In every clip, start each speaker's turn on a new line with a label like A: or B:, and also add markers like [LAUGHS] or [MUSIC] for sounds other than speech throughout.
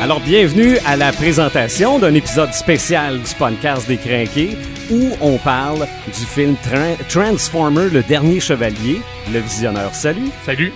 A: Alors, bienvenue à la présentation d'un épisode spécial du podcast des Crinqués où on parle du film Tran- Transformer, le dernier chevalier. Le visionneur, salut.
B: Salut.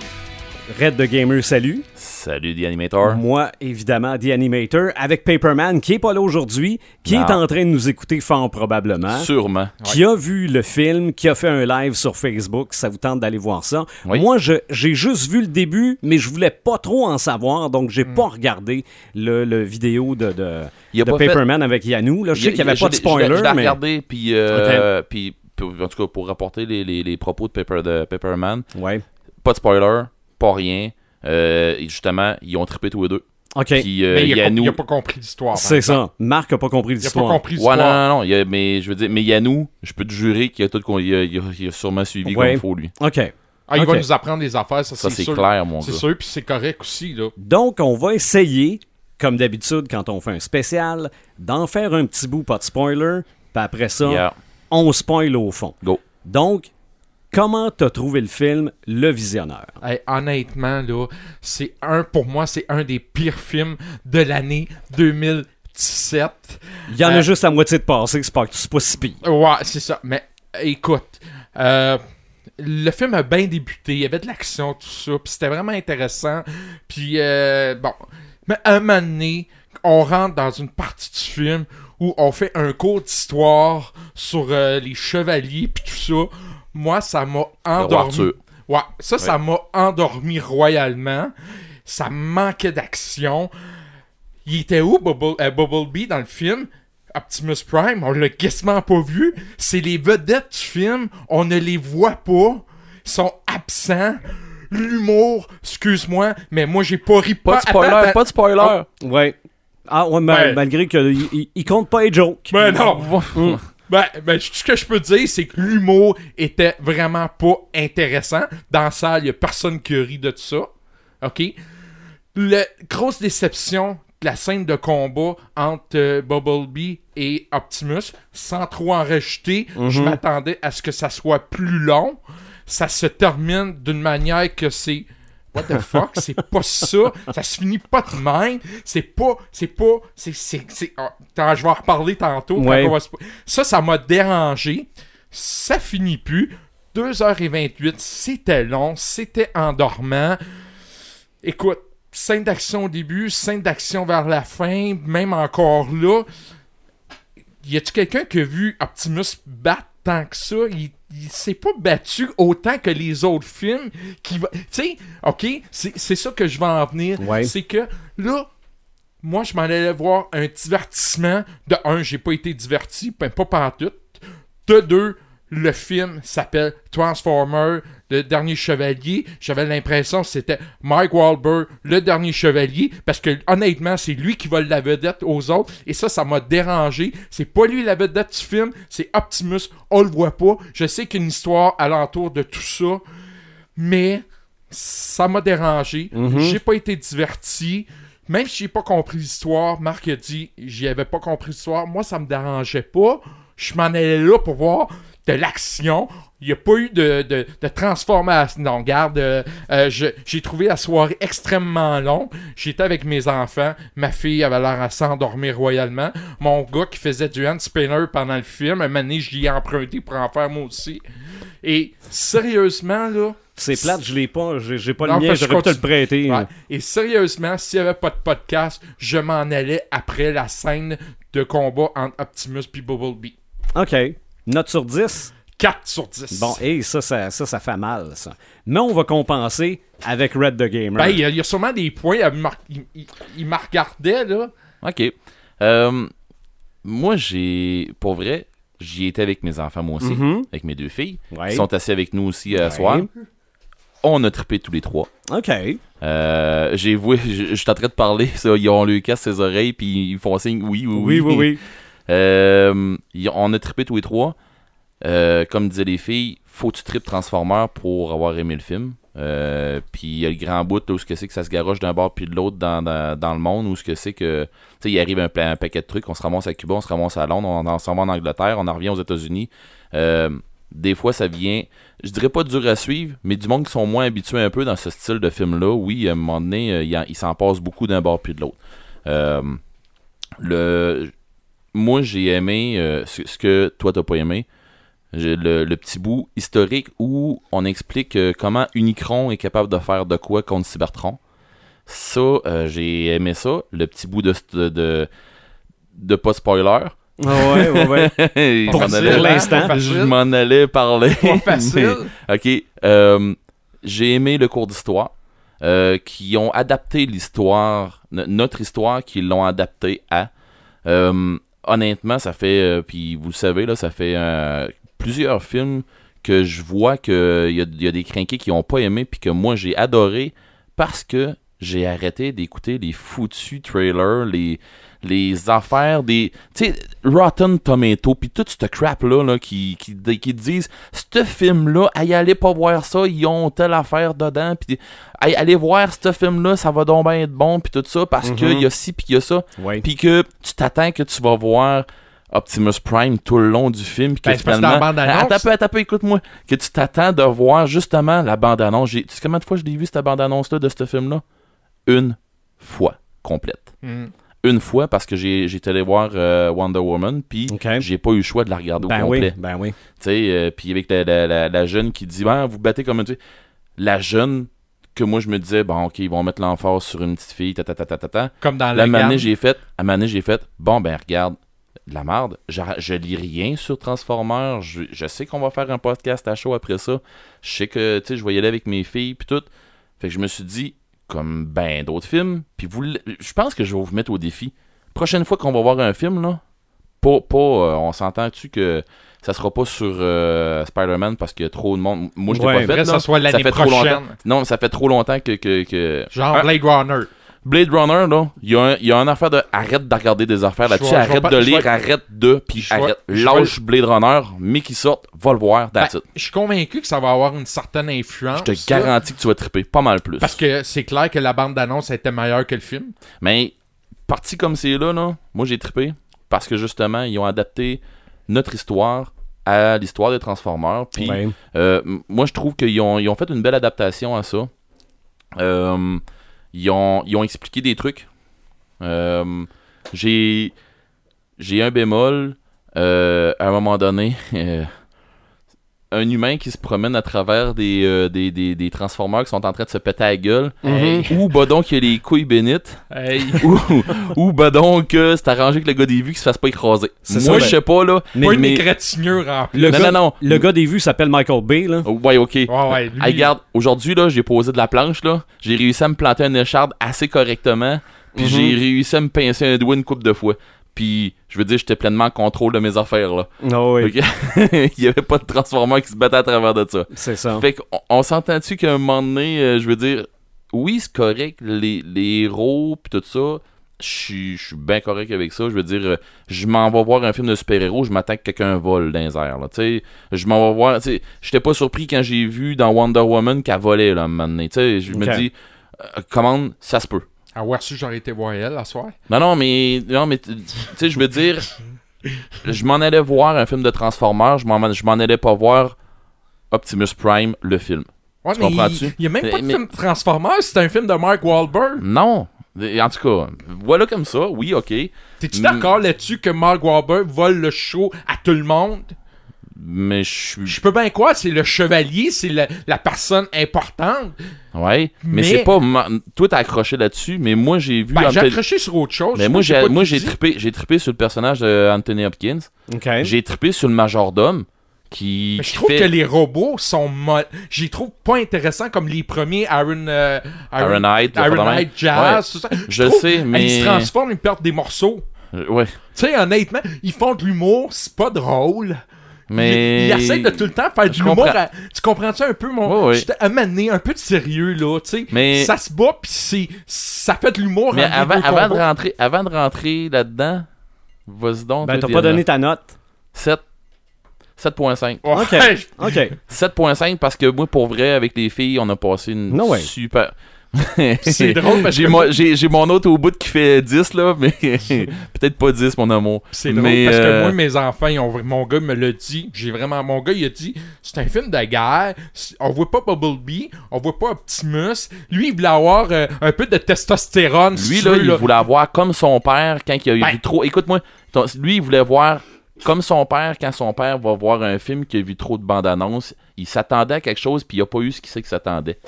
A: Red the Gamer, salut.
C: Salut, The Animator.
A: Moi, évidemment, The Animator, avec Paperman, qui est pas là aujourd'hui, qui
C: Non.
A: est en train de nous écouter fort probablement.
C: Sûrement.
A: Qui a vu le film, qui a fait un live sur Facebook, ça vous tente d'aller voir ça.
C: Oui.
A: Moi, je- j'ai juste vu le début, mais je voulais pas trop en savoir, donc
C: Hmm.
A: j'ai pas regardé le, le vidéo de, de,
C: Il a
A: de
C: pas fait-
A: Paperman avec Yanou. Là, je sais qu'il n'y avait
C: Je-
A: pas de
C: je- je l'ai-
A: spoiler,
C: Je l'ai
A: mais
C: regardé, puis, euh, puis, puis, en tout cas, pour rapporter les, les, les propos de, Paper, de Paperman,
A: ouais.
C: pas de spoiler, pas rien. Euh, et justement, ils ont trippé tous les deux.
A: Ok,
C: Puis, euh,
B: Mais il, a com-
C: Yannou-
B: il a pas compris l'histoire. par
A: c'est
B: exemple.
A: ça. Marc a pas compris
B: Il a pas
A: l'histoire.
B: compris
C: Ouais,
B: l'histoire.
C: non, non, non. il a- mais je veux dire, mais Yannou, je peux te jurer qu'il a, tout, con- il a, il a- il a sûrement suivi
A: Ouais.
C: comme il faut, lui.
A: Ok.
B: Ah, il
A: Ok.
B: va nous apprendre des affaires, ça,
C: Ça,
B: c'est
C: c'est
B: sûr.
C: clair, mon
B: C'est
C: gars.
B: sûr, puis c'est correct aussi, là.
A: Donc, on va essayer, comme d'habitude quand on fait un spécial, d'en faire un petit bout, pas de spoiler. Puis après
B: hein.
A: ça,
C: Yeah.
A: on spoil au fond.
C: Go.
A: Donc, comment t'as trouvé le film Le Visionneur?
B: Hey, honnêtement, là, c'est un, pour moi, c'est un des pires films de l'année 2017.
A: Il y en a
C: Ben-
B: Euh,
A: juste la moitié de passé, c'est pas, c'est pas si pire.
B: Ouais, c'est ça. Mais écoute, euh, le film a bien débuté. Il y avait de l'action, tout ça. Puis c'était vraiment intéressant. Puis euh, bon. Mais à un moment donné, on rentre dans une partie du film où on fait un cours d'histoire sur euh, les chevaliers, puis tout ça. Moi, ça m'a endormi.
C: Arthur.
B: Ouais, ça, ça m'a endormi royalement. Ça manquait d'action. Il était où, Bubble, euh, Bumblebee, dans le film? Optimus Prime, on l'a quasiment pas vu. C'est les vedettes du film, on ne les voit pas. Ils sont absents. L'humour, excuse-moi, mais moi j'ai pas Ben, ri
C: Pas de spoiler,
B: Attends, Oh,
C: pas de spoiler.
A: Ouais. Ah, ouais, ma-
B: Ouais.
A: malgré qu'il compte pas les jokes.
B: Ben
C: [LAUGHS]
B: non! ben, ben, tout ce que je peux dire, c'est que l'humour était vraiment pas intéressant. Dans la salle, il a personne qui rit de tout ça. OK? La grosse déception de la scène de combat entre euh, Bumblebee et Optimus, sans trop en rejeter, je m'attendais à ce que ça soit plus long. Ça se termine d'une manière que c'est. What the fuck? [LAUGHS] c'est pas ça. Ça se finit pas de même. C'est pas. C'est pas. C'est. c'est, c'est- ah, t'en- je vais en reparler tantôt. quand
A: Ouais.
B: on va se- Ça, ça m'a dérangé. Ça finit plus. 2h28, c'était long, c'était endormant. Écoute, scène d'action au début, scène d'action vers la fin, même encore là. Y a-tu quelqu'un qui a vu Optimus battre tant que ça? Il, il s'est pas battu autant que les autres films. Qui va... Tu sais, ok, c'est c'est ça que je vais en venir.
A: Ouais.
B: C'est que là, moi, je m'en allais voir un divertissement. De un, j'ai pas été diverti, ben, pas pantoute. De deux, le film s'appelle Transformer, le dernier chevalier. J'avais l'impression que c'était Mike Wahlberg, le dernier chevalier, parce que honnêtement, c'est lui qui vole la vedette aux autres. Et ça, ça m'a dérangé. C'est pas lui la vedette du film, c'est Optimus. On le voit pas. Je sais qu'il y a une histoire alentour de tout ça, mais ça m'a dérangé. J'ai pas été diverti. Même si j'ai pas compris l'histoire, Marc a dit j'y avais pas compris l'histoire. Moi, ça me dérangeait pas. Je m'en allais là pour voir de l'action. Il n'y a pas eu de, de, de transformation. Non, regarde, euh, euh, je- j'ai trouvé la soirée extrêmement longue. J'étais avec mes enfants. Ma fille avait l'air à s'endormir royalement. Mon gars qui faisait du hand spinner pendant le film, un moment donné, je l'y ai emprunté pour en faire moi aussi. Et sérieusement, là,
A: C'est plate, je l'ai pas, j'ai j'ai pas
B: Non,
A: le mien,
B: parce que
A: j'aurais pu te
B: je
A: le prêter.
B: Ouais. Et sérieusement, s'il n'y avait pas de podcast, je m'en allais après la scène de combat entre Optimus et Bumblebee.
A: Ok. Note sur 10.
B: 4 sur 10.
A: Bon, et ça ça, ça, ça fait mal, ça. Mais on va compenser avec Red the Gamer.
B: Ben, il y, a- il y a sûrement des points. à mar- Il il- il me regardait, là.
C: OK. Euh, moi, j'ai. Pour vrai, j'y étais avec mes enfants, moi aussi, avec mes deux filles.
A: Mhm. Ouais.
C: Ils sont assis avec nous aussi à soir. On a trippé tous les trois.
A: Ok.
C: Euh, j'ai voué, [LAUGHS] je, je suis en train de parler, ça, ils ont le casse ses oreilles, puis ils font signe oui, oui,
A: Oui,
C: oui.
A: oui, oui.
C: Euh, ils- on a trippé tous les trois. Euh, comme disaient les filles, faut que tu tripes Transformer pour avoir aimé le film. Euh, puis il y a le grand bout là, où ce que c'est que ça se garoche d'un bord puis de l'autre dans, dans, dans le monde où ce que c'est que tu sais il arrive un, pla- un paquet de trucs on se ramasse à Cuba on se ramasse à Londres on, en s'en va en Angleterre on en revient aux États-Unis Euh, des fois ça vient je dirais pas dur à suivre mais du monde qui sont moins habitués un peu dans ce style de film là oui à un moment donné euh, il, en- il s'en passe beaucoup d'un bord puis de l'autre Euh, le, moi, j'ai aimé euh, ce, ce que toi, t'as pas aimé. J'ai le, le petit bout historique où on explique euh, comment Unicron est capable de faire de quoi contre Cybertron. Ça, euh, j'ai aimé ça. Le petit bout de, de, de, de pas spoiler. [LAUGHS]
A: Ah ouais, ouais, ouais.
C: Il
A: Pour
C: s'en
A: dire
C: allait-
B: Facile, hein?
A: l'instant,
B: Facile.
C: ben, je m'en allais parler. [LAUGHS]
B: Pas facile.
C: mais- ok. euh, J'ai aimé le cours d'histoire. euh, qui ont adapté l'histoire, no- notre histoire, qu'ils l'ont adapté à. Euh, honnêtement, ça fait, euh, puis vous le savez, là, ça fait euh, plusieurs films que je vois qu'il y a, y a des crinqués qui n'ont pas aimé, puis que moi j'ai adoré parce que j'ai arrêté d'écouter les foutus trailers, les, les affaires des. Tu sais, Rotten Tomato, puis toute cette crap-là là, qui, qui, qui disent Ce film-là, hey, allez pas voir ça, ils ont telle affaire dedans, puis hey, allez voir ce film-là, ça va donc bien être bon, puis tout ça, parce que
A: Mhm.
C: il y a ci, puis il y a ça
A: Ouais.
C: puis que tu t'attends que tu vas voir Optimus Prime tout le long du film, puis que
B: Ben, c'est parce que dans la
C: finalement...
B: bande-annonce-
C: attends un peu, attends un peu, écoute-moi. Que tu t'attends de voir justement la bande-annonce. J'ai- Tu sais combien de fois je l'ai vu, cette bande-annonce-là, de ce film-là? Une fois complète.
B: Hmm.
C: Une fois, parce que j'ai- j'étais allé voir euh, Wonder Woman, puis
A: Ok.
C: j'ai pas eu le choix de la regarder
A: Ben
C: au complet.
A: oui, ben oui.
C: Tu sais, euh, puis avec la, la- la- la jeune qui dit, ben, vous battez comme un... tu sais. La jeune que moi, je me disais, bon, OK, ils vont mettre l'emphase sur une petite fille, ta ta ta ta ta, ta.
B: Comme dans
C: La
B: la
C: manée,
B: garde.
C: j'ai fait, à manée, j'ai fait, bon ben regarde, de la merde, je, je lis rien sur Transformers, je, je sais qu'on va faire un podcast à chaud après ça, je sais que, tu sais, je vais y aller avec mes filles, puis tout. Fait que je me suis dit, comme ben d'autres films, puis vous, l- je pense que je vais vous mettre au défi. Prochaine fois qu'on va voir un film, là, pas, pas euh, on s'entend-tu que ça sera pas sur euh, Spider-Man parce qu'il y a trop de monde. Moi, je l'ai
A: Ouais,
C: pas fait,
B: Faudrait que ça
C: là.
B: soit l'année
C: fait trop longtemps.
B: prochaine.
C: Non, ça fait trop longtemps que- que- que
B: Genre
C: Ah.
B: Blade Runner.
C: Blade Runner, là, il y, a un- il y a une affaire de arrête de regarder des affaires
B: Je
C: là-dessus,
B: vois- je
C: arrête
B: vois pas-
C: de
B: je
C: lire,
B: vois-
C: arrête de, puis
B: Je vois-
C: arrête.
B: je vois-
C: Lâche Blade Runner, mais qui sorte, va le voir, that's
B: Ben,
C: it.
B: je suis convaincu que ça va avoir une certaine influence.
C: Je te
B: là,
C: garantis que tu vas triper pas mal plus.
B: Parce que c'est clair que la bande-annonce était meilleure que le film.
C: Mais, parti comme c'est là, là, moi j'ai trippé, parce que justement, ils ont adapté notre histoire à l'histoire des Transformers, puis
A: Ouais.
C: Euh, m- moi, je trouve qu'ils ont, ils ont fait une belle adaptation à ça. Euh, ils, ont, ils ont expliqué des trucs. Euh, J'ai j'ai un bémol. euh, à un moment donné, [LAUGHS] euh, un humain qui se promène à travers des, euh, des, des, des transformeurs qui sont en train de se péter la gueule.
B: Mm.
A: Mhm.
C: Ou bah donc, il a les couilles bénites. [LAUGHS]
B: Hey,
C: ou, ou bah donc, euh, c'est arrangé que le gars des vues qui se fasse pas écraser.
A: C'est
C: Moi,
A: ça, ben,
C: je sais pas, là.
A: Mais-
B: pas une
C: mais-
B: égratignure en plus.
A: Le,
C: non,
A: gars,
C: non, non.
A: le gars des vues s'appelle Michael Bay, là.
C: Ouais, ok.
B: Ouais, ouais, lui,
C: Hey, garde, aujourd'hui, là, j'ai posé de la planche, là. J'ai réussi à me planter un écharde assez correctement. Puis
A: Mhm.
C: j'ai réussi à me pincer un doigt une coupe de fois. Puis, je veux dire, j'étais pleinement en contrôle de mes affaires, là.
A: Ah oui,
C: Ok? Il y avait pas de transformeur qui se battait à travers de ça.
A: c'est ça.
C: Fait qu'on on s'entend-tu qu'à un moment donné, euh, je veux dire, oui, c'est correct, les, les héros, pis tout ça, je suis- je suis bien correct avec ça. Je veux dire, euh, je m'en vais voir un film de super-héros, je m'attends que quelqu'un vole dans les airs, là, tu sais. Je m'en vais voir, tu sais, j'étais pas surpris quand j'ai vu dans Wonder Woman qu'elle volait, là, à un moment donné, tu sais. Je
A: Ok.
C: me dis, euh, commande, ça se peut.
B: Ah ouais, si j'aurais été voir elle la soirée.
C: Non, non, mais, non, mais tu tu sais, je veux dire, je m'en allais voir un film de Transformers, je m'en je m'en allais pas voir Optimus Prime, le film.
B: Ouais,
C: Tu
B: mais
C: comprends-tu?
B: il- Il y a même pas de
C: Mais-
B: film Transformers, c'est un film de Mark Wahlberg.
C: Non. En tout cas, voilà comme ça, oui, ok.
B: T'es-tu
C: Mm.
B: d'accord là-dessus que Mark Wahlberg vole le show à tout le monde?
C: Mais je suis.
B: Je peux bien croire, c'est le chevalier, c'est la, la personne importante.
C: Ouais. Mais,
B: Mais-
C: c'est pas. ma- Toi, t'as accroché là-dessus, mais moi, j'ai vu.
B: Ben, j'ai
C: Anthony-
B: accroché sur autre chose.
C: Mais
B: Je
C: moi,
B: sais pas
C: j'ai,
B: qui
C: moi, j'ai
B: dit.
C: trippé, j'ai trippé sur le personnage d'Anthony Hopkins.
A: OK.
C: J'ai trippé sur le majordome qui.
B: Mais je
C: qui
B: trouve
C: fait-
B: que les robots sont mo- je les trouve pas intéressants comme les premiers Iron euh,
C: Iron Knight, le
B: Iron
C: Fondament.
B: Knight Jazz, tout ça.
C: Je
B: trouve-
C: sais, mais-
B: Ils se transforment, ils perdent des morceaux.
C: Euh, Ouais.
B: Tu sais, honnêtement, ils font de l'humour, c'est pas drôle. Ils,
C: Mais.
B: ils essaient de tout le temps faire du
C: Je
B: l'humour.
C: comprends.
B: à- Tu comprends-tu un peu mon.
C: Ouais, ouais.
B: Je t'ai amené un peu de sérieux, là. Tu sais,
C: Mais-
B: ça se bat, puis c'est- ça fait de l'humour.
C: Mais
B: entre les
C: avant,
B: deux
C: avant, de
B: combats.
C: rentrer, avant de rentrer là-dedans, vas-y donc.
A: Ben,
C: toi,
A: t'as pas
C: Diana.
A: donné ta note.
C: 7. 7.5.
B: Ouais,
A: OK.
B: [LAUGHS] je-
A: OK.
C: [LAUGHS] 7.5 parce que moi pour vrai avec les filles on a passé une
A: No way. [LAUGHS]
C: super [LAUGHS]
B: c'est drôle parce que-
C: j'ai, mon- j'ai- j'ai mon autre au bout qui fait 10, là, mais [LAUGHS] peut-être pas 10, mon amour.
B: C'est drôle
C: Mais,
B: parce que
C: euh,
B: moi, mes enfants, ils ont- mon gars me l'a dit. J'ai vraiment. Mon gars, il a dit c'est un film de guerre. c'est- On voit pas Bumblebee. On voit pas Optimus. Lui, il voulait avoir euh, un peu de testostérone.
C: Lui,
B: si tu
C: là,
B: veux,
C: il voulait avoir comme son père quand il a eu
B: Ben.
C: vu trop. Écoute-moi, ton- lui, il voulait voir comme son père quand son père va voir un film qui a vu trop de bandes-annonces. Il s'attendait à quelque chose, puis il a pas eu ce qu'il sait qu'il s'attendait.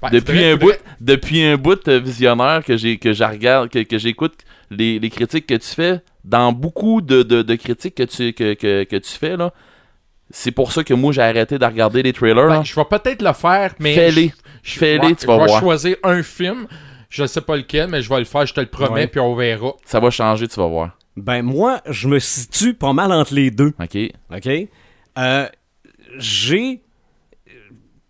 B: Ben,
C: depuis,
B: faudrait-
C: un bout,
B: faudrait-
C: depuis un bout euh, visionnaire que j'ai que je regarde, que, que j'écoute les, les critiques que tu fais, dans beaucoup de, de- de critiques que tu, que, que- que tu fais, là, c'est pour ça que moi, j'ai arrêté de regarder les trailers.
B: ben,
A: Hein.
C: là.
B: je vais peut-être le faire, mais.
C: Fais-les.
B: je- je-
C: Fais-les,
B: ouais,
C: tu vas
B: je vais
C: voir.
B: choisir un film. Je sais pas lequel, mais je vais le faire, je te le promets,
A: Ouais.
B: puis on verra.
C: Ça va changer, tu vas voir.
A: Ben, moi, je me situe pas mal entre les deux.
C: OK?
A: OK? Euh, J'ai.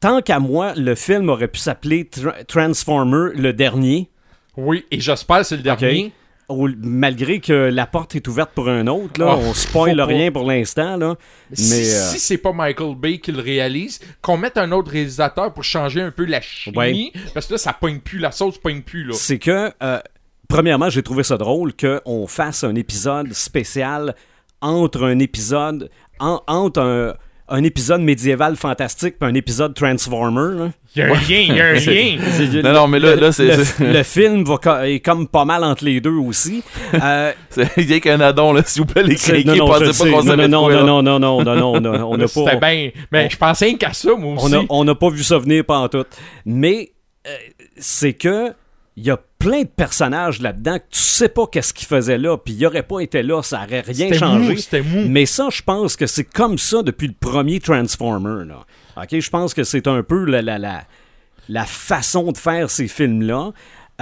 A: Tant qu'à moi, le film aurait pu s'appeler Tra- Transformer le dernier,
B: Oui, et j'espère que c'est le dernier.
A: au- malgré que la porte est ouverte pour un autre. Là,
B: Oh,
C: Ah,
A: on spoil
B: faut pas.
A: rien pour l'instant. là. Mais
B: Si,
A: euh,
B: si c'est pas Michael Bay qui le réalise, qu'on mette un autre réalisateur pour changer un peu la chimie, parce que là, ça pogne plus, la sauce pogne plus, là.
A: c'est que, euh, premièrement, j'ai trouvé ça drôle qu'on fasse un épisode spécial entre un épisode, en- entre un, un épisode médiéval fantastique et un épisode Transformer. là.
B: Il y a un lien, il y a un lien.
A: [LAUGHS] C'est-
C: Non, non, mais là-
A: le,
C: là, c'est-
A: le-
C: c'est- [LAUGHS]
A: le film va co- est comme pas mal entre les deux aussi. Euh,
C: C'est- Il y a qu'un addon, là, s'il vous plaît, [LAUGHS] les
A: c'est-
C: criquets,
A: non, non,
C: pensez
A: je
C: pas
A: sais.
C: qu'on
A: non,
C: savait
A: mais
C: de
A: non,
C: quoi, là.
A: non, non, non, non, non, non,
C: [LAUGHS]
A: on n'a pas.
B: C'était bien. Mais je pensais rien qu'à ça, moi
A: On
B: aussi.
A: a- on n'a pas vu ça venir pendant tout. Mais euh, c'est que il y a plein de personnages là-dedans que tu sais pas qu'est-ce qu'ils faisaient là, puis il aurait pas été là, ça aurait rien
B: C'était Hmm.
A: changé.
B: mou, c'était mou.
A: Mais ça, je pense que c'est comme ça depuis le premier Transformer. Là. Ok, je pense que c'est un peu la, la, la, la façon de faire ces films-là.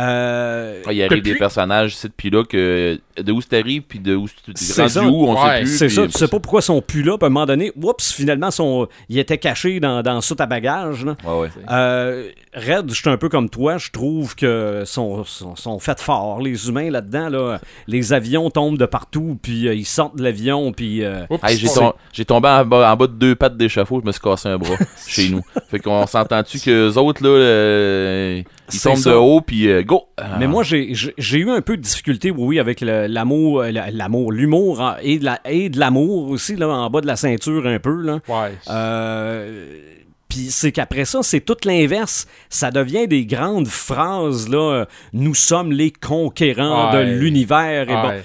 A: Euh,
C: Ah, il arrive
B: Depuis-
C: des personnages ici depuis là que euh, de où t'arrives puis de où tu t'es
A: C'est
C: rendu
A: ça.
C: où on
B: Ouais,
C: sait plus.
A: C'est
C: puis-
A: ça, tu sais pas pourquoi ils sont plus là, puis à un moment donné, oups, finalement, sont, ils étaient cachés dans, dans soute à bagages. là.
C: Ouais, ouais.
A: Euh, Red, je suis un peu comme toi, je trouve que sont, sont, sont faits forts, les humains là-dedans. Là. Les avions tombent de partout, puis euh, ils sortent de l'avion, puis... euh,
B: Oups,
C: Hey, j'ai,
B: c'est-
C: tom- j'ai tombé en bas, en bas de deux pattes d'échafaud, je me suis cassé
A: [LAUGHS]
C: un bras chez nous. Fait qu'on s'entend-tu que les autres là, euh, ils
A: C'est
C: tombent
A: ça.
C: de haut puis euh, go. Ah,
A: Mais moi, j'ai- j'ai j'ai eu un peu de difficulté, oui, oui, avec le- l'amour, euh, la- l'amour, l'humour hein, et de la- et de l'amour aussi, là, en bas de la ceinture un peu. Là.
B: Ouais.
A: Euh, Puis c'est qu'après ça, c'est tout l'inverse. Ça devient des grandes phrases, là. euh, Nous sommes les conquérants
B: Ouais.
A: de l'univers. Et bon,
B: Ouais.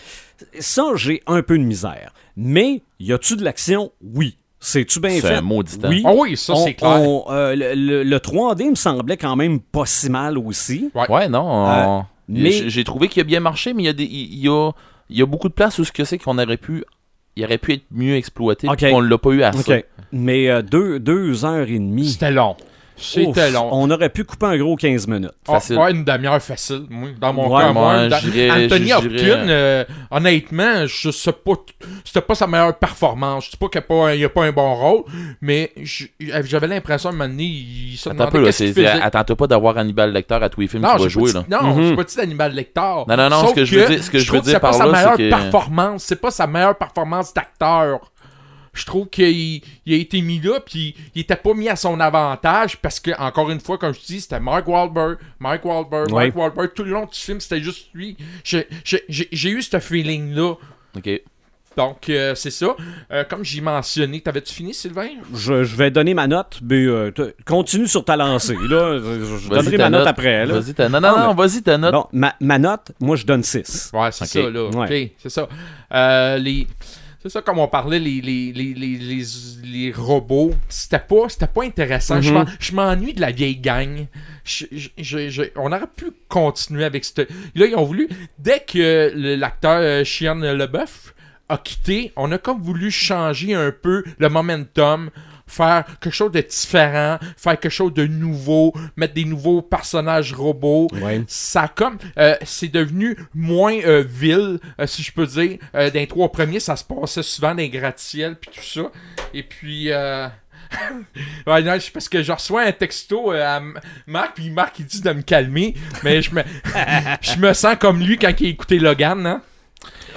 A: ça, j'ai un peu de misère. Mais y a-tu de l'action? Oui. C'est-tu bien
C: c'est
A: fait?
C: un maudit temps.
A: Oui.
B: Ah oui, ça,
A: On-
B: c'est clair.
A: on- euh, le, le- le 3D me semblait quand même pas si mal aussi.
C: Ouais, non. on-
A: Euh, mais-
C: j'ai, j'ai trouvé qu'il a bien marché, mais il y a des, il y a, il y a beaucoup de places où ce que c'est qu'on aurait pu, il aurait pu être mieux exploité.
A: Ok.
C: puis On l'a pas eu à
A: OK.
C: ça.
A: Mais euh, deux, deux heures et demie.
B: C'était long. C'était
A: Ouf,
B: long.
A: On aurait pu couper un gros 15 minutes.
B: Ah,
C: Facile.
B: ouais, une demi-heure facile. moi, dans mon
A: Ouais,
B: cas, moi,
C: moi,
B: une da-
C: j'irais-
B: Anthony
C: j'irais-
B: Hopkins, euh, honnêtement, je sais pas, t- c'était pas sa meilleure performance. Je dis pas qu'il n'y a, pas un bon rôle, mais j- j'avais l'impression à un moment donné, il se
C: Attends un
B: demandait
C: peu, là,
B: qu'est-ce
C: c'est-
B: qu'il faisait.
C: attends-toi pas d'avoir Hannibal Lecter à tous les films
B: Non,
C: qu'il va
B: j'ai
C: jouer
B: pas
C: là.
B: dit- non,
A: Mhm.
B: j'ai pas dit d'animal lecteur.
C: Non, non, non, ce que je veux dire- ce que je veux
B: trouve
C: dire
B: c'est
C: par
B: pas sa
C: là,
B: meilleure
C: c'est que-
B: performance, c'est pas sa meilleure performance d'acteur. Je trouve qu'il il a été mis là, puis il était pas mis à son avantage, parce que, encore une fois, comme je dis, c'était Mark Wahlberg, Mark Wahlberg,
A: Ouais.
B: Mark Wahlberg, tout le long du film, c'était juste lui. J'ai j'ai- j'ai- j'ai eu ce feeling-là.
C: Ok.
B: Donc, euh, c'est ça. Euh, comme j'ai mentionné, t'avais-tu fini, Sylvain?
A: Je, je vais donner ma note, mais euh, te- continue sur ta lancée. Là, je je
C: Vas-y,
A: donnerai
C: ta
A: ma note, après. Là.
C: Vas-y, ta... Non, non,
A: Ah,
C: non, vas-y, ta note.
A: Bon, ma, ma note, moi, je donne 6.
B: Ouais, c'est
C: Ok.
B: ça, là.
A: Ouais.
B: Ok, c'est ça. Euh, les... C'est ça, comme on parlait, les, les, les, les, les, les robots, c'était pas, c'était pas intéressant. Je m'en- Je m'ennuie de la vieille gang. Je- je- je- je- on aurait pu continuer avec cette... Là, ils ont voulu... Dès que le- l'acteur euh, Chien Leboeuf a quitté, on a comme voulu changer un peu le momentum, faire quelque chose de différent, faire quelque chose de nouveau, mettre des nouveaux personnages robots
A: Ouais.
B: ça a comme euh, c'est devenu moins euh, ville euh, si je peux dire Euh, dans les trois premiers ça se passait souvent dans les gratte-ciel puis tout ça et puis euh... [LAUGHS] ouais, non, c'est parce que je reçois un texto euh, à M- Marc puis Marc il dit [LAUGHS] de me calmer mais je me je me sens comme lui quand il a écouté Logan hein?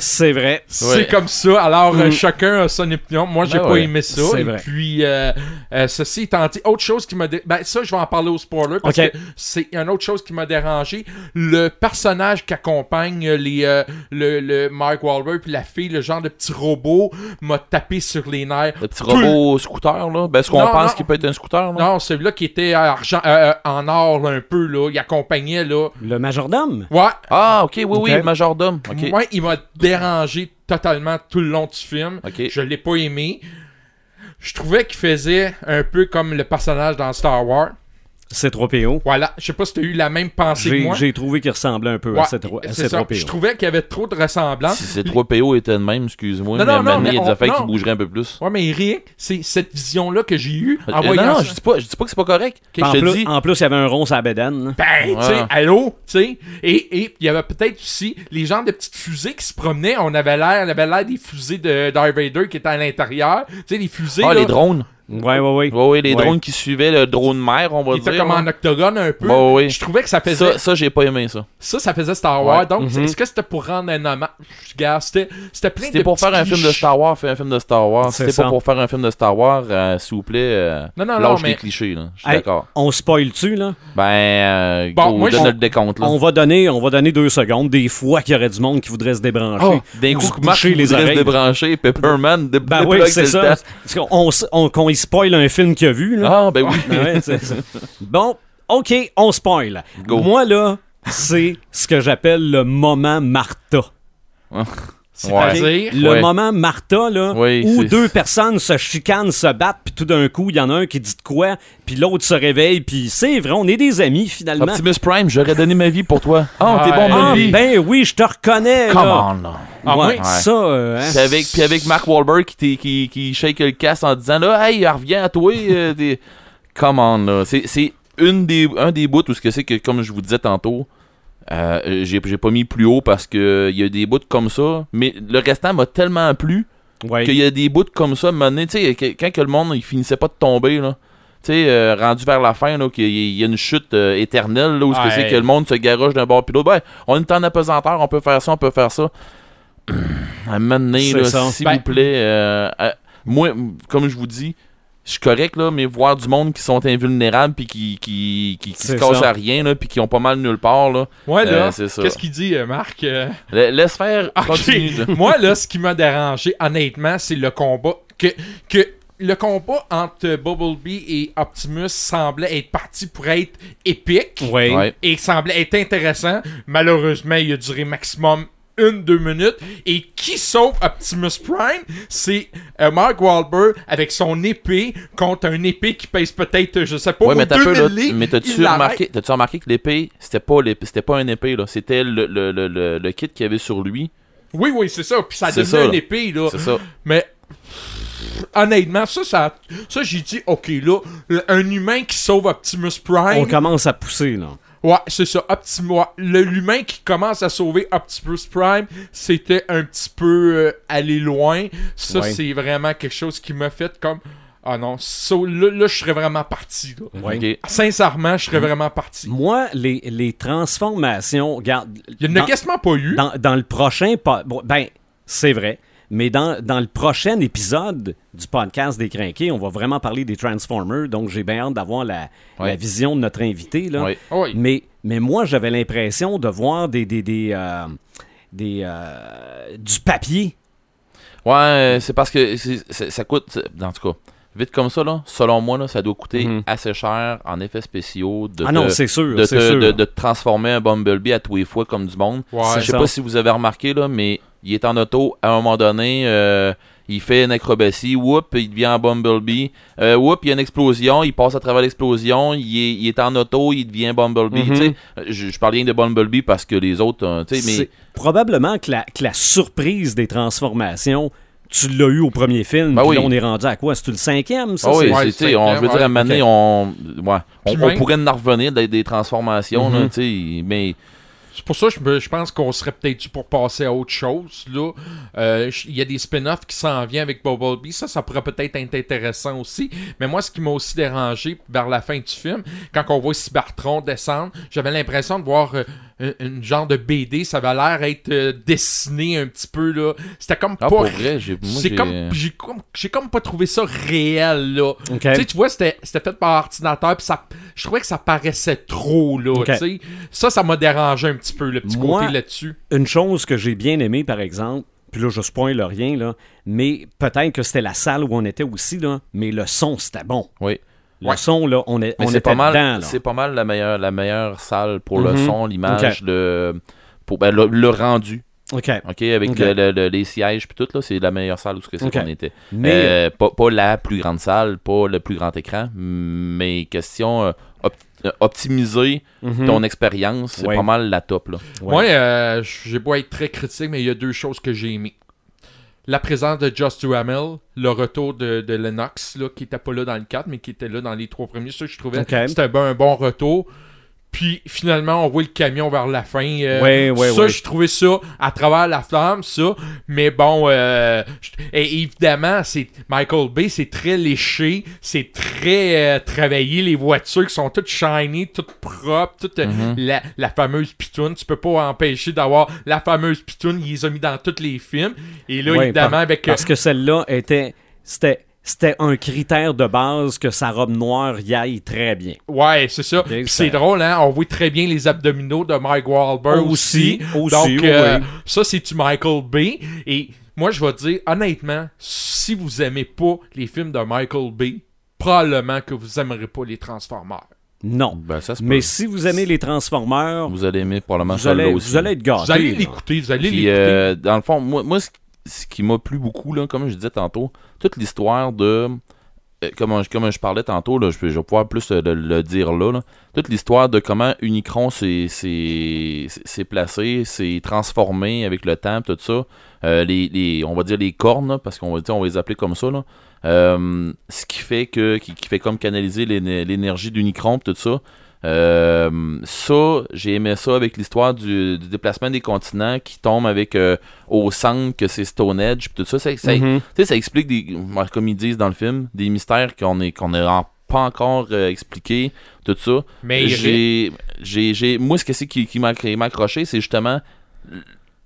A: C'est vrai.
B: C'est comme ça. Alors, euh, chacun a son opinion. Moi, j'ai
C: Ben
B: pas
C: ouais,
B: aimé ça.
A: Mm. c'est
B: Et
A: vrai.
B: puis, euh, euh, ceci étant dit, autre chose qui m'a... dé- Ben, ça, je vais en parler au spoiler parce
A: Ok.
B: que c'est une autre chose qui m'a dérangé. Le personnage qui accompagne les, euh, le, le Mike Wahlberg puis la fille, le genre de petit robot, m'a tapé sur les nerfs.
C: Le petit
B: Peu-
C: robot scooter, là. Ben, est-ce qu'on
B: Non,
C: pense
B: non.
C: qu'il peut être un scooter, là?
B: Non, celui-là qui était argent, euh, euh, en or là, un peu, là, il accompagnait, là.
A: Le majordome.
B: Ouais,
C: Ah, ok, oui, oui,
A: Ok.
C: le majordome. Ok.
B: Moi, il m'a dérangé totalement tout le long du film.
C: Ok.
B: Je l'ai pas aimé. Je trouvais qu'il faisait un peu comme le personnage dans Star Wars.
A: C'est 3PO.
B: Voilà. Je sais pas si t'as eu la même pensée que
A: J'ai
B: moi.
A: j'ai trouvé qu'il ressemblait un peu
B: Ouais,
A: à cette
B: c'est
A: cette
B: ça.
A: 3PO.
B: Je trouvais qu'il y avait trop de ressemblance.
C: Si ces trois PO étaient de même, excuse-moi,
B: Hein? Non,
C: mais à
B: non,
C: un
B: non,
C: moment donné, il y a
B: mais
C: des
B: on-
C: affaires qui
B: non.
C: bougeraient un peu plus.
B: Ouais, mais rien. C'est cette vision-là que j'ai eue en
C: Euh,
B: voyant
C: non,
B: ça.
C: je dis pas, je dis pas que c'est pas correct.
A: en,
C: je te
A: plus,
C: dis,
A: en plus, il y avait un rond à la bédaine. là.
B: Ben, tu
C: Ouais.
B: sais, allô, tu sais. Et et il y avait peut-être aussi les gens de petites fusées qui se promenaient. On avait l'air, on avait l'air des fusées de Darth Vader qui étaient à l'intérieur. Tu sais, les fusées.
C: ah,
B: là,
C: les drones.
A: Ouais, ouais, ouais.
C: Oui, oui, les
A: Ouais.
C: drones qui suivaient le drone mère, on va
B: Il était
C: dire.
B: comme en octogone un peu.
C: Ouais, ouais.
B: Je trouvais que ça faisait
C: Ça,
B: ça,
C: ça j'ai pas aimé ça.
B: ça, faisait Star Wars.
C: Ouais. Mhm.
B: Donc, est-ce que c'était pour rendre un hommage Regarde, c'était c'était plein de
C: C'était pour
B: petits
C: faire un film de
B: clichés.
C: Star Wars, fais un film de Star Wars.
A: C'est
C: C'était
A: ça.
C: pas pour faire un film de Star Wars, euh, s'il vous plaît, euh,
B: Non, non, non,
C: lâche
B: mais-
C: les clichés, là. Je suis
A: Hey,
C: d'accord.
A: On spoil-tu, là?
C: Ben, euh,
B: Bon,
C: go,
B: moi,
C: donne
B: je-
C: le décompte, là.
A: On va donner, on va donner deux secondes. Des fois qu'il y aurait du monde qui voudrait se débrancher.
C: Ah, D'un
A: ou
C: coup,
A: se
C: que Marc
A: boucher les
C: les
A: oreilles.
C: oreilles. débranché, Pepperman, dé
A: Ben oui,
C: déplugue,
A: c'est
C: le
A: ça.
C: temps.
A: Parce qu'on- on, s- on- qu'on y spoil un film qu'il a vu, là.
C: Ah, ben oui.
A: Ah ouais,
C: [LAUGHS]
A: c'est ça. Bon, OK, on spoil.
C: Go.
A: Moi, là, c'est ce que j'appelle le moment Martha.
B: C'est-à-dire,
A: Le
C: Ouais.
A: moment Martha, là,
C: Oui,
A: où
C: c'est-
A: deux personnes se chicanent, se battent, puis tout d'un coup, il y en a un qui dit de quoi, puis l'autre se réveille, puis c'est vrai, on est des amis, finalement.
C: Optimus Prime, j'aurais donné ma vie pour toi. Ah, t'es bon,
B: Ouais.
A: Ah,
C: baby.
A: ben oui, je te reconnais,
C: Come
A: là.
C: on, là.
B: Ah,
A: Ouais,
B: ouais.
A: ça, euh, hein.
C: Puis avec, puis avec Mark Wahlberg qui, t'est- qui, qui shake le casque en disant là, hey, reviens à toi. euh, [LAUGHS] des- Come on, là. C'est, c'est une des, un des bouts où ce que c'est que, comme je vous disais tantôt, euh, j'ai, j'ai pas mis plus haut parce que il y a des bouts comme ça, mais le restant m'a tellement plu
A: Ouais.
C: qu'il y a des bouts comme ça. à un moment donné, tu sais, que- quand que le monde il finissait pas de tomber, là. Tu sais, euh, rendu vers la fin, là, qu'il y a- il y a une chute euh, éternelle, là, où ce que
B: Ouais.
C: c'est que le monde se garoche d'un bord puis de l'autre. Ben, on est en apesanteur, on peut faire ça, on peut faire ça. [CLEARS THROAT] À un moment donné,
A: C'est
C: là,
A: ça.
C: s'il
B: Ben-
C: vous plaît, euh, euh, moi, m- comme je vous dis, je suis correct, là, mais voir du monde qui sont invulnérables puis qui, qui, qui, qui se
A: C'est
C: cassent
A: ça.
C: à rien, là, puis qui ont pas mal nulle part, là.
B: Moi, là,
C: Euh, c'est ça.
B: qu'est-ce qu'il dit, euh, Marc Euh,
C: La-
A: [LAUGHS]
C: Laisse faire,
B: ok.
C: continue. là.
B: [LAUGHS] Moi, là, ce qui m'a dérangé, honnêtement, c'est le combat. Que, que le combat entre Bumblebee et Optimus semblait être parti pour être épique.
A: Ouais.
C: Ouais.
B: et il semblait être intéressant. Malheureusement, il a duré maximum une, deux minutes. Et qui sauve Optimus Prime? C'est euh, Mark Wahlberg avec son épée contre un épée qui pèse peut-être, je sais pas,
C: ouais, mais
B: au
C: t'as peu,
B: 2000
C: là,
B: livres.
C: mais t'as-tu
B: Il l'arrête.
C: remarqué, t'as-tu remarqué que l'épée, c'était pas l'épée, c'était pas une épée, là. C'était le, le, le, le, le kit qu'il y avait sur lui.
B: Oui, oui, c'est ça. Puis ça
C: C'est
B: devient
C: ça,
B: une
C: là.
B: épée,
A: Oh.
B: là.
C: C'est ça.
B: Mais honnêtement, ça, ça, ça j'ai dit, ok, là, le- un humain qui sauve Optimus Prime.
A: On commence à pousser, là.
B: Ouais, c'est ça, Optimus. ouais. Le l'humain qui commence à sauver Optimus Prime, c'était un petit peu euh, aller loin. Ça,
A: Ouais.
B: c'est vraiment quelque chose qui m'a fait comme. Ah non, ça, là, là, je serais vraiment parti. là.
A: Ouais. Mm.
C: Ok.
B: Sincèrement, je serais vraiment parti.
A: Moi, les, les transformations, regarde.
B: Il n'y en
A: dans-
B: a quasiment pas eu.
A: dans, dans le prochain. po- bon, ben, c'est vrai. Mais dans, dans le prochain épisode du podcast des Crinqués, on va vraiment parler des Transformers. Donc, j'ai bien hâte d'avoir la,
C: Ouais.
A: la vision de notre invité. Là.
C: Ouais.
B: Ah oui.
A: Mais, mais moi, j'avais l'impression de voir des, des, des, euh, des, euh, du papier.
C: Ouais, euh, c'est parce que c'est- c'est- ça coûte, c'est- en tout cas, vite comme ça, là, selon moi, là, ça doit coûter
A: Mhm.
C: assez cher en effets spéciaux de
A: Ah non,
C: te-
A: c'est sûr,
C: de,
A: c'est
C: te-
A: sûr.
C: de- de te transformer un Bumblebee à tous les fois comme du monde.
B: Ouais.
C: Je sais
A: ça.
C: pas si vous avez remarqué, là, mais il est en auto. À un moment donné, euh, il fait une acrobatie. Whoop, il devient un Bumblebee. Euh, whoop, il y a une explosion. Il passe à travers l'explosion. Il est, il est en auto. Il devient Bumblebee.
A: Mhm.
C: Tu sais, Je, je parle rien de Bumblebee parce que les autres. euh, tu sais, mais
A: C'est probablement que la, que la surprise des transformations, tu l'as eu au premier film.
C: Ben
A: puis
C: oui.
A: là, on est rendu à quoi C'est-tu le cinquième ça,
C: Ah oui,
A: c'est-
B: ouais,
C: c'est-
B: le
C: tu sais, on, je veux
B: cinquième,
C: dire, à un moment donné,
A: ouais.
C: on, ouais, on,
B: Puis
C: on
B: même-
C: pourrait en revenir des, des transformations,
A: Mhm.
C: là, tu sais, mais
B: C'est pour ça que je, me- je pense qu'on serait peut-être dû pour passer à autre chose. là. Euh, je- Il y a des spin-offs qui s'en viennent avec Bumblebee. Ça, ça pourrait peut-être être intéressant aussi. Mais moi, ce qui m'a aussi dérangé vers la fin du film, quand on voit Cybertron descendre, j'avais l'impression de voir euh, une, une genre de BD, ça avait l'air être euh, dessiné un petit peu là. C'était comme pas
C: Ah, pour vrai, j'ai. moi,
B: c'est
C: j'ai-
B: comme j'ai comme j'ai comme pas trouvé ça réel là.
A: Ok.
B: Tu sais, tu vois c'était c'était fait par ordinateur puis ça je trouvais que ça paraissait trop là,
A: Ok.
B: tu sais. Ça ça m'a dérangé un petit peu le petit
A: Moi-
B: côté là-dessus.
A: Une chose que j'ai bien aimée, par exemple, puis là, je spoil rien, là, mais peut-être que c'était la salle où on était aussi, là, mais le son, c'était bon.
C: Oui.
A: Le
B: Ouais.
A: son, là, on, est,
C: Mais
A: on
C: c'est
A: était
C: pas mal,
A: dedans, là.
C: c'est pas mal la meilleure, la meilleure salle pour
A: Mhm.
C: le son, l'image,
A: Ok.
C: le, pour, ben, le, le rendu,
A: OK.
C: ok, avec
A: Ok.
C: le- le- le- les sièges puis tout là, c'est la meilleure salle où ce que c'est
A: Ok.
C: qu'on était.
A: Mais
C: Euh, pas, pas la plus grande salle, pas le plus grand écran, mais question euh, opt- euh, optimiser
A: mhm.
C: Euh, ton expérience, c'est
A: Ouais.
C: pas mal la top là.
A: Ouais.
B: Moi euh, j'ai beau être très critique mais il y a deux choses que j'ai aimé. La présence de Just Hamill, le retour de, de Lennox là qui était pas là dans le 4 mais qui était là dans les trois premiers, ça je trouvais
A: Ok.
B: c'était ben un bon, un bon retour. Puis finalement on voit le camion vers la fin. euh,
A: Ouais, ouais,
B: ça,
A: ouais.
B: j'ai trouvé ça à travers la flamme, ça. Mais bon, euh, je- et évidemment, c'est Michael Bay, c'est très léché, c'est très euh, travaillé. Les voitures qui sont toutes shiny, toutes propres, toute euh,
A: Mhm.
B: la, la fameuse pitoune. Tu peux pas empêcher d'avoir la fameuse pitoune. Ils les ont mis dans tous les films. Et là,
A: Ouais,
B: évidemment,
A: par-
B: avec euh,
A: Parce que celle-là était. C'était. C'était un critère de base que sa robe noire y aille très bien.
B: Ouais, c'est ça. Puis
A: ça-
B: c'est drôle, hein? On voit très bien les abdominaux de Mike Wahlberg aussi.
A: Aussi, aussi,
B: Donc,
A: oui,
B: euh,
A: oui.
B: ça, c'est du Michael Bay. Et moi, je vais te dire, honnêtement, si vous aimez pas les films de Michael Bay, probablement que vous aimerez pas les Transformers.
A: Non.
C: Ben, ça, c'est
A: Mais
C: pas-
A: si vous aimez les Transformers,
C: vous allez aimer probablement
A: vous allez,
C: celle-là aussi.
A: vous allez être gâtés.
B: Vous allez
A: Ah, là.
B: l'écouter, vous allez
C: Puis,
B: l'écouter.
C: euh, dans le fond, moi, moi ce, ce qui m'a plu beaucoup, là, comme je disais tantôt, toute l'histoire de. euh, Comme je, comme je parlais tantôt, là, je, vais- je vais pouvoir plus euh, le, le dire là, là. Toute l'histoire de comment Unicron s'est- s'est s'est placé, s'est transformé avec le temps, tout ça. Euh, les, les- on va dire les cornes, là, parce qu'on va, tu sais, on va les appeler comme ça. Là. Euh, ce qui fait que qui, qui fait comme canaliser l'éne- l'énergie d'Unicron, pis tout ça. Euh, ça, j'ai aimé ça avec l'histoire du, du déplacement des continents qui tombe avec euh, au centre que c'est Stonehenge, pis tout ça. Ça, ça-
A: Mhm.
C: tu sais, ça explique, des, comme ils disent dans le film, des mystères qu'on est qu'on n'a pas encore euh, expliqués, tout ça.
B: Mais
C: J'ai- j'ai- j'ai- moi, ce que c'est qui, qui m'a qui m'a accroché, c'est justement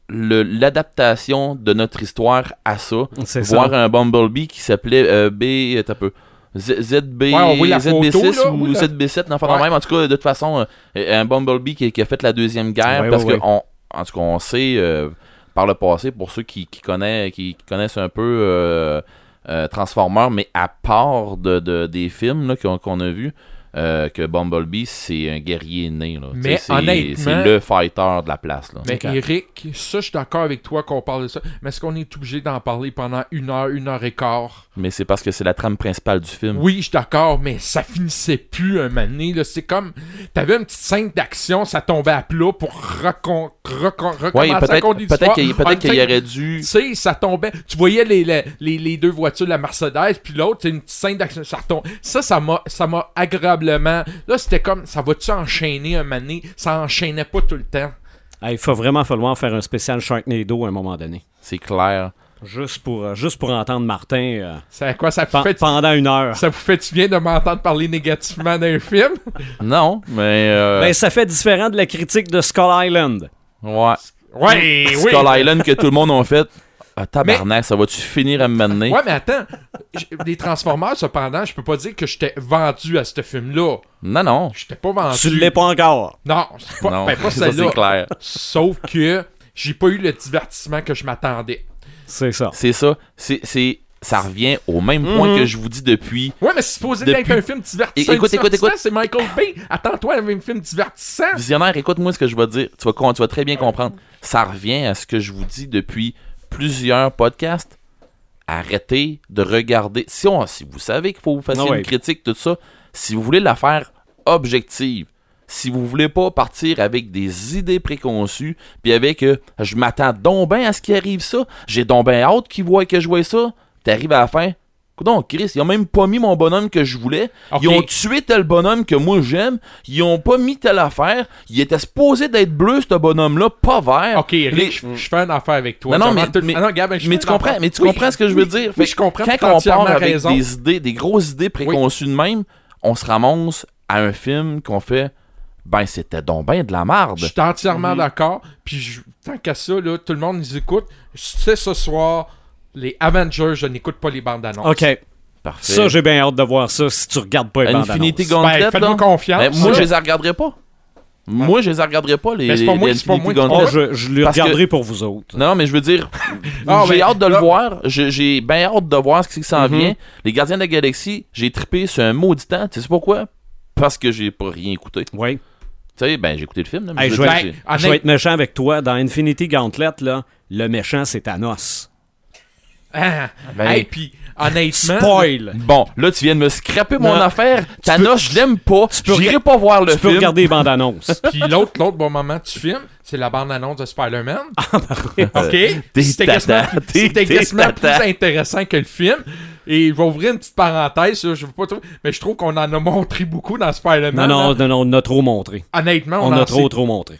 C: le- l'adaptation de notre histoire à ça.
A: C'est ça.
C: Voir un Bumblebee qui s'appelait euh, B. attends un peu. Z- ZB,
B: Ouais, on voit la photo,
C: ZB6
B: là,
C: ou
B: oui, la-
C: ZB7, non, pas
B: Ouais.
C: même. En tout cas, de toute façon, euh, un Bumblebee qui, qui a fait la Deuxième Guerre,
A: Ouais,
C: parce
A: ouais,
C: que, on, en tout cas, on sait euh, par le passé, pour ceux qui, qui connaissent, qui, qui connaissent un peu euh, euh, Transformers, mais à part de, de- des films là, qu'on qu'on a vus, euh, que Bumblebee, c'est un guerrier né. Là.
B: Mais
C: Tu sais, c'est
B: honnêtement-
C: c'est le fighter de la place. Là.
B: Mais
A: Ok.
B: Eric, ça, je suis d'accord avec toi qu'on parle de ça. Mais est-ce qu'on est obligé d'en parler pendant une heure, une heure et quart?
C: Mais c'est parce que c'est la trame principale du film.
B: Oui, je suis d'accord, mais ça finissait plus un moment donné, là. C'est comme. T'avais une petite scène d'action, ça tombait à plat pour recon... recon-
C: Ouais,
B: recommencer à
C: peut-être
B: raconter
C: peut-être
B: l'histoire.
C: qu'il peut-être
B: Ah, une
C: qu'il
B: scène-
C: aurait dû
B: Tu sais, ça tombait. Tu voyais les, les, les- les deux voitures, la Mercedes, puis l'autre, c'est une petite scène d'action. Ça, retombe. ça, ça m'a ça m'a agréablement. Là, c'était comme, ça va-tu enchaîner un moment donné? Ça enchaînait pas tout le temps.
A: Ah, Il faut vraiment falloir faire un spécial Sharknado à un moment donné.
C: C'est clair.
A: Juste pour, euh, juste pour entendre Martin euh,
B: C'est quoi ça
A: pen-
B: fait?
A: pendant une heure.
B: Ça vous fait-tu bien de m'entendre parler négativement d'un film?
C: Non, mais. euh,
A: Ben, ça fait différent de la critique de Skull Island.
C: ouais.
B: Ouais, Eh oui.
C: Skull Island que tout le monde a fait. Ah, tabarnak, ça va-tu finir à me mener?
B: Ouais, mais attends, j- les Transformers, cependant, je peux pas dire que j'étais vendu à ce film-là.
C: Non, non.
B: J'étais pas vendu.
A: Ah, Tu l'es pas encore.
B: Non, c'est pas,
C: non,
B: ben, pas
C: [LAUGHS] ça c'est
B: celle-là.
C: clair.
B: Sauf que j'ai pas eu le divertissement que je m'attendais.
A: C'est ça.
C: C'est ça. C'est, c'est, ça revient au même
B: Mm-hmm.
C: point que je vous dis depuis.
B: Ouais, mais c'est supposé
C: Depuis-
B: être un film divertissant.
C: É- écoute, écoute,
B: divertissant,
C: écoute.
B: C'est Michael Bay. Attends-toi à un film divertissant.
C: Visionnaire, écoute-moi ce que je vais te dire. Tu vas, con- tu vas très bien comprendre. Ça revient à ce que je vous dis depuis plusieurs podcasts. Arrêtez de regarder. Si, on, si vous savez qu'il faut vous fassiez
A: Ah ouais.
C: une critique, tout ça, si vous voulez la faire objective, si vous voulez pas partir avec des idées préconçues, puis avec euh, je m'attends donc ben à ce qui arrive ça, j'ai donc ben hâte qu'ils voient que je vois ça, t'arrives à la fin. Donc, Chris, ils ont même pas mis mon bonhomme que je voulais. Ils
B: Ok.
C: ont tué tel bonhomme que moi j'aime. Ils ont pas mis telle affaire. Il était supposé d'être bleu, ce bonhomme-là, pas vert.
B: Ok, Eric,
C: Les-
B: je je fais une affaire avec toi.
C: Non, non,
B: J'avais
C: mais-
B: tout-
C: mais-
B: ah non, Gab, je
C: mais
B: fais
C: tu
B: une
C: comprends,
B: affaire.
C: mais tu
B: Oui,
C: comprends ce que je veux dire.
B: Oui,
C: Fait
B: je comprends.
C: Quand
B: t'as
C: on
B: entièrement
C: part avec
B: raison.
C: des idées, des grosses idées préconçues de même, on se ramasse à un film qu'on fait ben c'était donc ben de la marde.
B: Je suis entièrement
A: Mhm.
B: d'accord. Puis je- tant qu'à ça, là, tout le monde nous écoute. C'est ce soir, les Avengers, je n'écoute pas les bandes annonces.
A: OK.
C: Parfait.
A: Ça, j'ai bien hâte de voir ça si tu regardes pas les bandes
C: Infinity
A: annonces.
C: Gauntlet.
B: Ben, faites-moi
C: là.
B: confiance.
C: Ben, moi,
B: là.
C: je les regarderai pas. Moi, je les regarderai pas, les,
B: Mais Ben, c'est pas moi
C: les
B: qui- c'est pas
C: Infinity
B: moi qui-
A: Oh,
C: Gauntlet.
A: je, je le
C: Parce que-
A: regarderai pour vous autres.
C: Non, mais je
A: [LAUGHS]
C: veux dire,
B: Ah,
C: j'ai
B: ben,
C: hâte de le
B: là-
C: voir. Je- J'ai bien hâte de voir ce qui s'en
A: Mhm.
C: vient. Les Gardiens de la Galaxie, j'ai trippé sur un maudit temps. Tu sais pourquoi? Parce que j'ai pas rien écouté. Tu
A: Oui.
C: sais, ben, j'ai écouté le film. là, mais
A: Hey,
C: je
A: je
C: veux
A: vais-
C: dire,
B: Ah,
A: ben, je vais
B: mais-
A: être méchant avec toi. Dans Infinity Gauntlet, là, le méchant, c'est Thanos.
B: Ah.
C: Ben-
B: Hey, puis honnêtement,
A: Spoil!
C: Bon, là, tu viens de me scraper mon
A: Non.
C: affaire. Thanos, je l'aime pas.
A: peux
C: J'irai
A: rega-
C: pas voir le
A: Tu peux
C: film.
A: regarder les bandes annonces.
B: [LAUGHS]
A: [LAUGHS]
B: puis l'autre, l'autre bon moment du film, c'est la bande annonce de Spider-Man.
A: Ah, ben Euh,
B: ok,
C: T'es
B: c'était
C: tata,
B: quasiment,
C: t'es-
B: c'était
C: t'es
B: quasiment plus
C: tata.
B: intéressant que le film. Et je vais ouvrir une petite parenthèse, là, je veux pas trop, mais je trouve qu'on en a montré beaucoup dans
A: Non,
B: Spider-Man.
A: non,
B: là.
A: non, non, on a trop montré.
B: honnêtement, on,
A: On
B: en
A: a trop,
B: sait-
A: trop montré.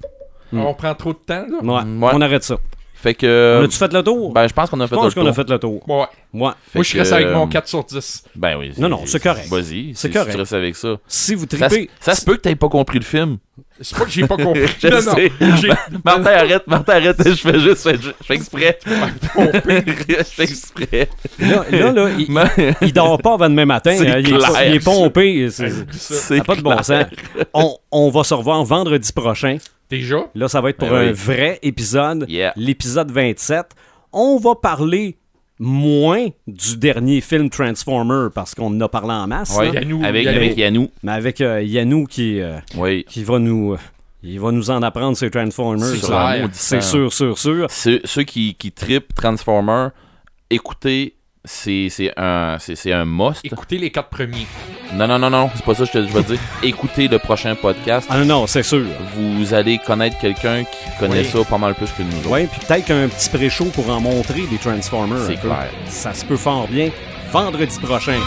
B: on prend trop de temps là.
A: Ouais.
C: Mm, ouais.
A: On arrête ça.
C: Fait
A: On
C: que.
A: a-tu fait le tour?
C: Ben, je pense qu'on a fait
A: je pense
C: notre
A: qu'on a
C: tour.
A: fait le tour.
B: Ouais.
A: Moi,
C: Fait
B: Moi, je
C: que,
B: reste avec mon
C: euh,
B: 4 sur 10.
C: Ben oui.
A: Non, non, c'est correct.
C: Vas-y,
A: C'est
C: si
A: correct.
C: Tu restes avec ça.
A: si vous
C: Ça, se-
A: tripez...
C: ça se peut que t'aies pas compris le film.
B: C'est pas que j'ai pas [LAUGHS] compris.
C: Je
B: non,
C: sais.
B: non. J'ai
C: Martin, arrête, Martin, arrête. Je fais juste, je fais- je fais exprès. [LAUGHS] je fais exprès.
A: Là, là, là, il, il dort pas avant demain matin.
C: [LAUGHS] C'est
A: hein. Il, est,
C: clair.
A: pas- il est pompé. C'est
B: ça.
A: ça a pas de bon sens. On, on va se revoir vendredi prochain.
B: Déjà.
A: Là, ça va être pour
C: Ben
A: un
C: oui.
A: vrai épisode,
C: Yeah.
A: l'épisode 27. On va parler moins du dernier film Transformer parce qu'on en a parlé en masse.
C: Oui,
A: là.
B: Yannou,
C: avec,
B: Yannou.
C: avec Yannou.
A: Mais avec euh, Yannou qui, euh,
C: Oui.
A: qui va nous. euh, il va nous en apprendre sur Transformers.
C: Sur
A: là.
C: la
B: clair.
C: maudite
A: C'est
C: scène.
A: sûr, sûr, sûr.
C: Ceux, ceux qui, qui tripent Transformer, écoutez, c'est c'est un, c'est- c'est un must.
B: Écoutez les quatre premiers.
C: Non, non, non, non, c'est pas ça que je, te- je veux dire. Écoutez le prochain podcast.
A: Ah non, non, c'est sûr.
C: Vous allez connaître quelqu'un qui connaît
B: Oui.
C: ça pas mal plus que nous autres.
A: Ouais, puis peut-être qu'un petit pré-show pour en montrer des Transformers.
C: C'est
A: un peu.
C: clair.
A: Ça se peut fort bien. Vendredi prochain.